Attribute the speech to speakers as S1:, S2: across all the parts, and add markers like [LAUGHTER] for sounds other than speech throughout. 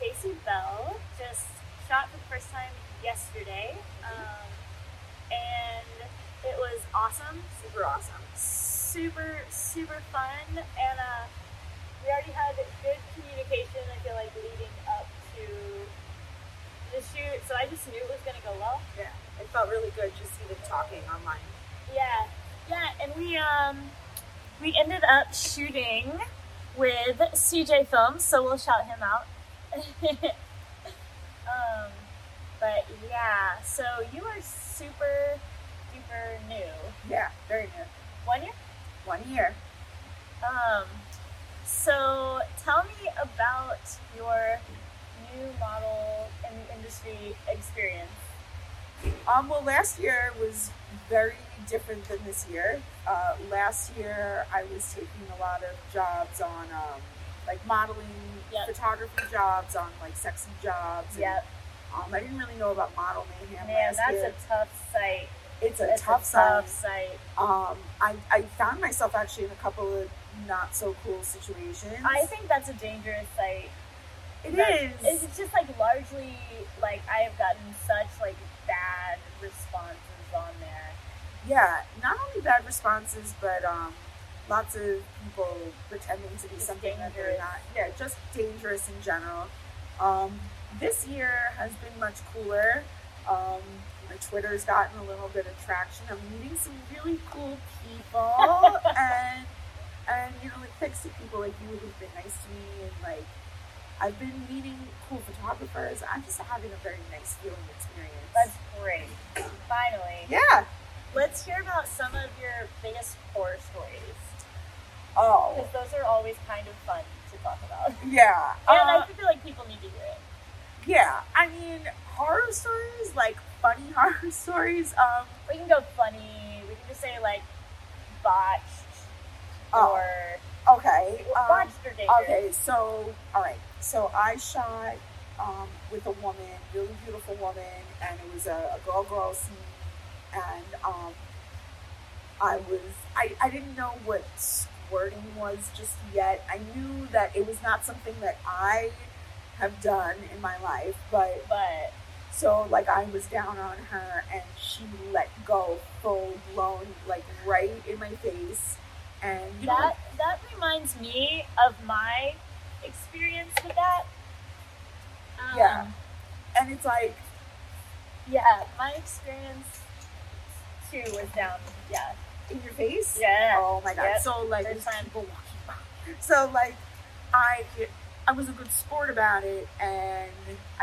S1: Lucy Bell. Just shot for the first time yesterday, um, and it was awesome, super awesome, super super fun, and uh, we already had good communication. I feel like leading up to the shoot, so I just knew it was gonna go well.
S2: Yeah, it felt really good just even talking online.
S1: Yeah, yeah, and we um we ended up shooting with CJ Films, so we'll shout him out. [LAUGHS] um, but yeah, so you are super duper new.
S2: Yeah, very good.
S1: One year.
S2: One year.
S1: Um, so tell me about your new model in the industry experience.
S2: Um, well, last year was very different than this year. Uh, last year, I was taking a lot of jobs on um, like modeling,
S1: Yep.
S2: photography jobs, on like sexy jobs. and,
S1: Yep.
S2: Um, I didn't really know about model mayhem.
S1: Man,
S2: last
S1: that's
S2: year.
S1: a tough site.
S2: it's a
S1: That's
S2: tough
S1: tough
S2: side.
S1: site.
S2: Um, I, I found myself actually in a couple of not so cool situations.
S1: I think that's a dangerous site.
S2: it
S1: that-
S2: is.
S1: It's just like largely like I have gotten such like bad responses on there.
S2: yeah, not only bad responses, but um, lots of people pretending to be
S1: Just
S2: something that they're
S1: dangerous.
S2: not. Yeah, just dangerous in general. Um, this year has been much cooler. Um, my Twitter's gotten a little bit of traction. I'm meeting some really cool
S1: [LAUGHS]
S2: people, and and you know, like thanks to people like you who've been nice to me, and like I've been meeting cool photographers. I'm just having a very nice feeling experience.
S1: That's great. Finally,
S2: yeah.
S1: let's hear about some of your biggest horror stories
S2: Oh.
S1: because those are always kind of fun to talk about.
S2: Yeah.
S1: And
S2: Uh,
S1: I feel like people need to hear it.
S2: yeah. I mean, horror stories, like funny [LAUGHS] horror stories. Um,
S1: We can go funny. We can just say like botched
S2: Oh,
S1: or
S2: okay.
S1: well,
S2: Um,
S1: botched or dangerous.
S2: okay. So, all right. So I shot um, with a woman, really beautiful woman, and it was a, a girl girl scene, and um, I was I, I didn't know what squirting was just yet. I knew that it was not something that I have done in my life, but
S1: But
S2: So like I was down on her and she let go full blown like right in my face and you know,
S1: that that reminds me of my experience with that. Um,
S2: Yeah. and it's like
S1: Yeah, my experience too was down. Yeah.
S2: in your face.
S1: [LAUGHS] Yeah.
S2: Oh my god.
S1: Yep.
S2: So
S1: Third
S2: like there's
S1: time.
S2: people walking by. [LAUGHS] So like I I was a good sport about it and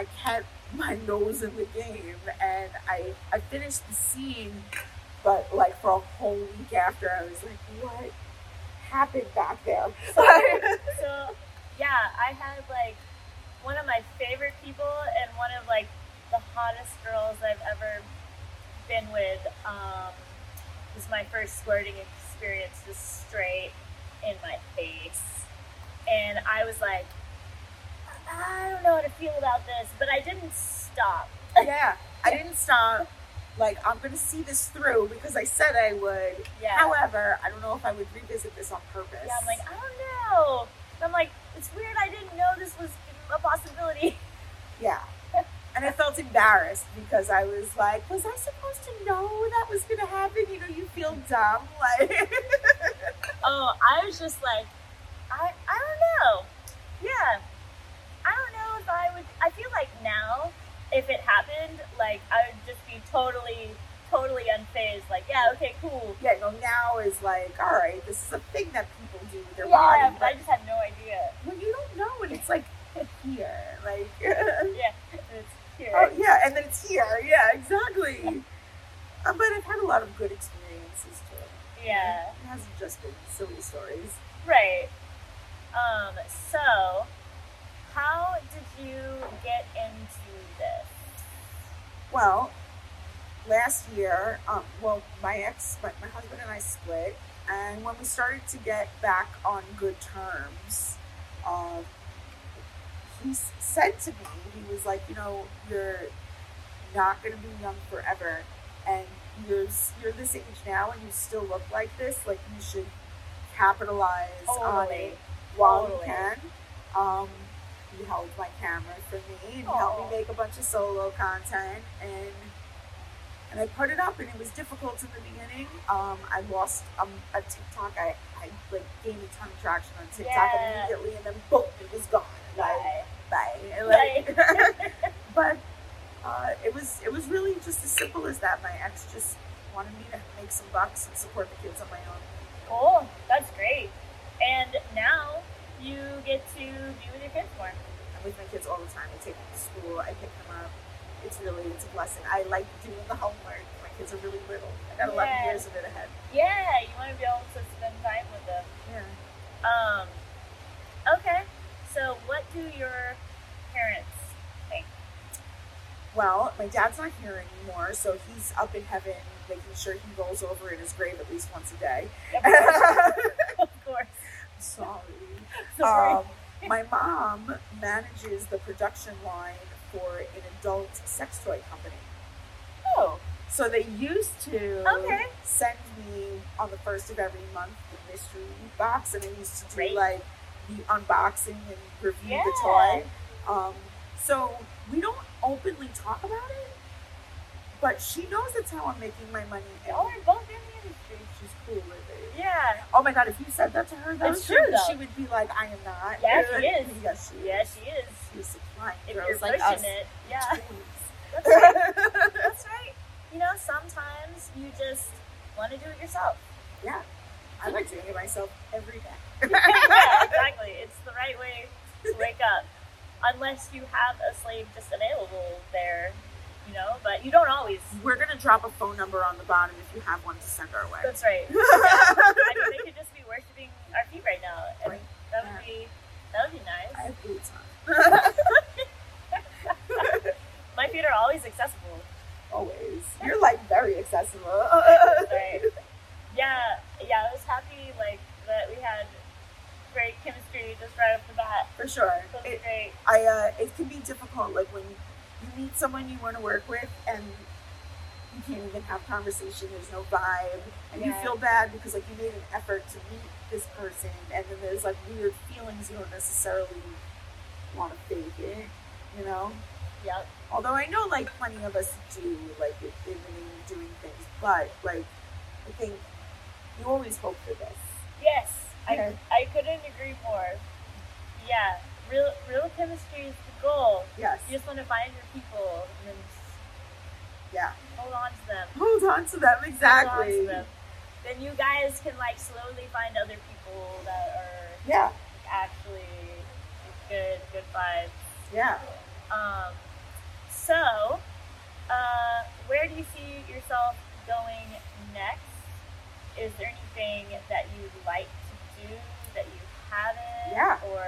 S2: I kept my [LAUGHS] nose in the game and I I finished the scene but like for a whole week after I was like what happened back there? [LAUGHS]
S1: So yeah, I had like one of my favorite people and one of like the hottest girls I've ever been with. Um was my first flirting experience just straight in my face. And I was like, I don't know how to feel about this, but I didn't stop.
S2: yeah, I didn't stop. Like, I'm going to see this through because I said I would.
S1: Yeah.
S2: However, I don't know if I would revisit this on purpose.
S1: Yeah, I'm like, I don't know. And I'm like, it's weird. I didn't know this was a possibility. [LAUGHS]
S2: yeah. And I felt embarrassed because I was like, was I supposed to know that was going to happen? You know, you feel dumb. [LAUGHS] Like,
S1: Oh, I was just like, I, I don't know. Yeah, I don't know if I would. I feel like now, if it happened, like I would just be totally, totally unfazed. Like, yeah, okay, cool.
S2: yeah, no, now is like, all right, this is a thing that people do with their
S1: Yeah,
S2: body.
S1: but I
S2: But
S1: just had no [LAUGHS] idea.
S2: when you don't know, and it's like here, like, [LAUGHS]
S1: Yeah, it's here.
S2: oh, yeah, and then it's here. Yeah, exactly. Uh, but I've had a lot of good experiences too.
S1: yeah.
S2: It hasn't just been silly stories.
S1: Right. Um, so how did you get into this?
S2: Well, last year, um, well, my ex, my, my husband and I split, and when we started to get back on good terms, um, he s- said to me, he was like, you know, you're not going to be young forever, and you're s- you're this age now, and you still look like this. Like you should capitalize on it
S1: Totally.
S2: while
S1: Totally.
S2: you can. Um, he held my camera for me and
S1: Aw.
S2: helped me make a bunch of solo content and and I put it up and it was difficult in the beginning. Um, I lost um, a TikTok. I, I like gained a ton of traction on TikTok
S1: Yeah.
S2: immediately and then boom, it was gone. Like
S1: Right.
S2: bye. And,
S1: Right.
S2: Like,
S1: [LAUGHS]
S2: [LAUGHS] but uh, it was it was really just as simple as that. My ex just wanted me to make some bucks and support the kids on my own.
S1: Cool. Oh, That's great. And now you get to be with your kids more.
S2: I'm with my kids all the time. I take them to school. I pick them up. It's really it's a blessing. I like doing the homework. My kids are really little. I got 11
S1: Yeah.
S2: years of it ahead.
S1: Yeah, you want to be able to spend time with them.
S2: Yeah.
S1: Um, okay. So what do your parents [LAUGHS] think?
S2: Well, my dad's not here anymore, so he's up in heaven making sure he rolls over in his grave at least once a day. [LAUGHS]
S1: Of course. of course.
S2: Sorry.
S1: Sorry.
S2: Um, my mom manages the production line for an adult sex toy company.
S1: oh,
S2: So they used to
S1: Okay.
S2: send me on the first of every month the mystery box, and I used to do
S1: Great.
S2: like the unboxing and review
S1: yeah.
S2: the toy. Um, so we don't openly talk about it, but she knows that's how I'm making my money. and
S1: Y'all are both in the industry.
S2: She's cool with it.
S1: Yeah.
S2: Oh my god! If you said that to her, that
S1: It's
S2: was
S1: true, though.
S2: She would be like, "I am not."
S1: Yeah, she is.
S2: Yes, she
S1: Yeah,
S2: is.
S1: she is.
S2: She's supplying
S1: If
S2: girls
S1: you're
S2: like
S1: pushing
S2: us.
S1: it, yeah.
S2: tools.
S1: That's right.
S2: [LAUGHS]
S1: That's right. You know, sometimes you just want to do it yourself.
S2: I like doing it myself every day.
S1: yeah, exactly. It's the right way to wake up. Unless you have a slave just available there, you know, but you don't always.
S2: We're gonna drop a phone number on the bottom if you have one to send our
S1: [LAUGHS]
S2: way.
S1: That's right. I mean, they could just be worshiping our feet right now. And
S2: Right.
S1: that would be that would be
S2: I
S1: nice.
S2: have boots on
S1: My feet are always accessible.
S2: always. You're like very accessible. [LAUGHS]
S1: Right. Yeah, yeah. I was happy like that. We had great chemistry just right off the bat.
S2: For sure.
S1: That was
S2: It,
S1: great.
S2: I uh, it can be difficult, like when you meet someone you want to work with and you can't even have conversation. There's no vibe, and you
S1: Yeah.
S2: feel bad because like you made an effort to meet this person, and then there's like weird feelings you don't necessarily want to fake it, you know.
S1: Yep.
S2: Although I know like plenty of us do like it, it when you're doing things, but like I think you always hope for this.
S1: Yes,
S2: Yeah.
S1: I, I couldn't agree more. Yeah, real real chemistry is the goal.
S2: Yes.
S1: You just want to find your people and then just
S2: Yeah.
S1: hold on to them.
S2: Hold on to them
S1: Hold on
S2: exactly.
S1: to them. Then you guys can like slowly find other people that are
S2: Yeah.
S1: actually good, good vibes.
S2: Yeah.
S1: Um, so, uh, where do you see yourself going next? Is there anything that you'd like to do that you haven't?
S2: Yeah.
S1: Or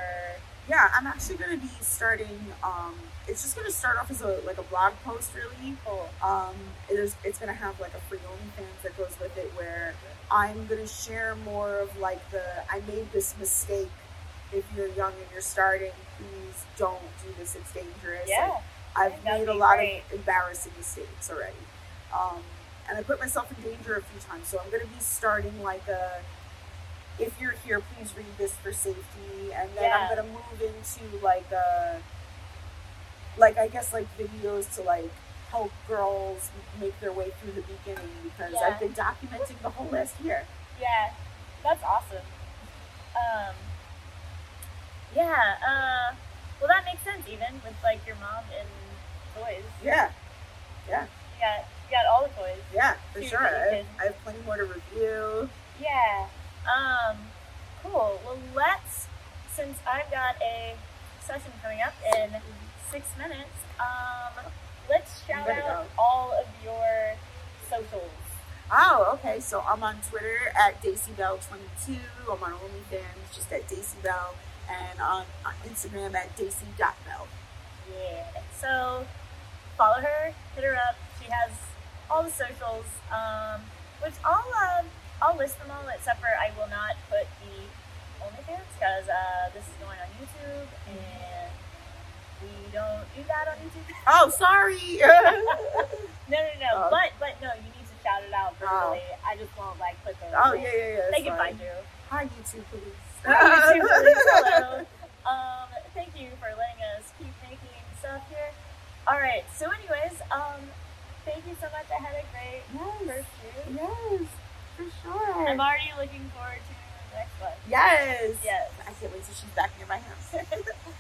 S2: Yeah, I'm actually going to be starting. Um, it's just going to start off as a like a blog post, really.
S1: cool.
S2: Um, there's it's going to have like a free OnlyFans that goes with it, where I'm going to share more of like the I made this mistake. If you're young and you're starting, please don't do this. It's dangerous.
S1: Yeah.
S2: I've
S1: That'd
S2: made a
S1: be
S2: lot
S1: great.
S2: of embarrassing mistakes already. Um, and I put myself in danger a few times. So I'm going to be starting like a if you're here, please read this for safety. And then
S1: Yeah.
S2: I'm going to move into like a like I guess like videos to like help girls make their way through the beginning because
S1: Yeah.
S2: I've been documenting the whole last year.
S1: Yeah, that's awesome. Um, yeah, uh, well, that makes sense even with like your mom and toys.
S2: Yeah,
S1: You got, you got all the toys.
S2: yeah, for
S1: Dude,
S2: sure.
S1: that you
S2: I,
S1: can-
S2: I have plenty more to review.
S1: Yeah. Um, cool. Well, let's, since I've got a session coming up in six minutes, um, let's shout
S2: better
S1: out
S2: go.
S1: all of your socials.
S2: Oh, okay. So I'm on Twitter at DaisyBell22. I'm on OnlyFans just at DaisyBell. And on, on Instagram at Daisy.Bell.
S1: Yeah. So follow her, hit her up. She has all the socials, um, which I'll, um, I'll list them all except for I will not put the OnlyFans because uh, this is going on YouTube and we don't do that on YouTube. [LAUGHS]
S2: Oh, sorry. [LAUGHS]
S1: No, no, no.
S2: Oh.
S1: but but no, you need to shout it out
S2: Oh.
S1: verbally. I just won't like click over.
S2: oh,
S1: it.
S2: yeah, yeah, yeah.
S1: They can
S2: sorry.
S1: find you.
S2: Hi, YouTube police.
S1: [LAUGHS] Hi, YouTube police. Hello. Um, thank you for letting um, thank you so much. I had a great
S2: [LAUGHS] Yes.
S1: first shoot.
S2: Yes. For sure.
S1: I'm already looking forward to the next one.
S2: yes.
S1: Yes.
S2: I can't wait till she's back near my house.